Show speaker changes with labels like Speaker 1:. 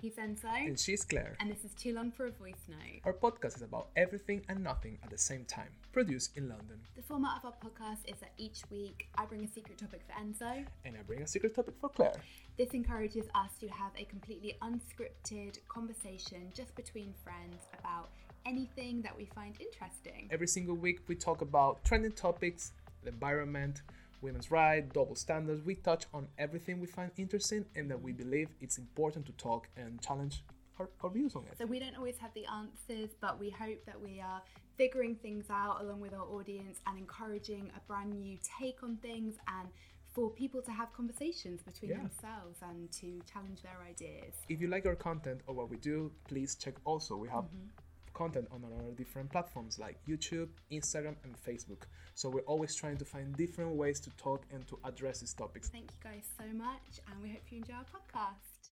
Speaker 1: He's Enzo,
Speaker 2: And she's Claire.
Speaker 1: and this is Too Long for a Voice Note.
Speaker 2: Our podcast is about everything and nothing at the same time, produced in London.
Speaker 1: The format of our podcast is that each week I bring a secret topic for Enzo.
Speaker 2: And I bring a secret topic for Claire.
Speaker 1: This encourages us to have a completely unscripted conversation just between friends about anything that we find interesting.
Speaker 2: Every single week, we talk about trending topics, the environment, women's rights, double standards. We touch on everything we find interesting and that we believe it's important to talk and challenge our, our views on it.
Speaker 1: So we don't always have the answers, but we hope that we are figuring things out along with our audience and encouraging a brand new take on things and for people to have conversations between
Speaker 2: Yeah.
Speaker 1: themselves and to challenge their ideas.
Speaker 2: If you like our content or what we do, please check also we have content on our different platforms like YouTube, Instagram, and Facebook. So we're always trying to find different ways to talk and to address these topics.
Speaker 1: Thank you guys so much, and we hope you enjoy our podcast.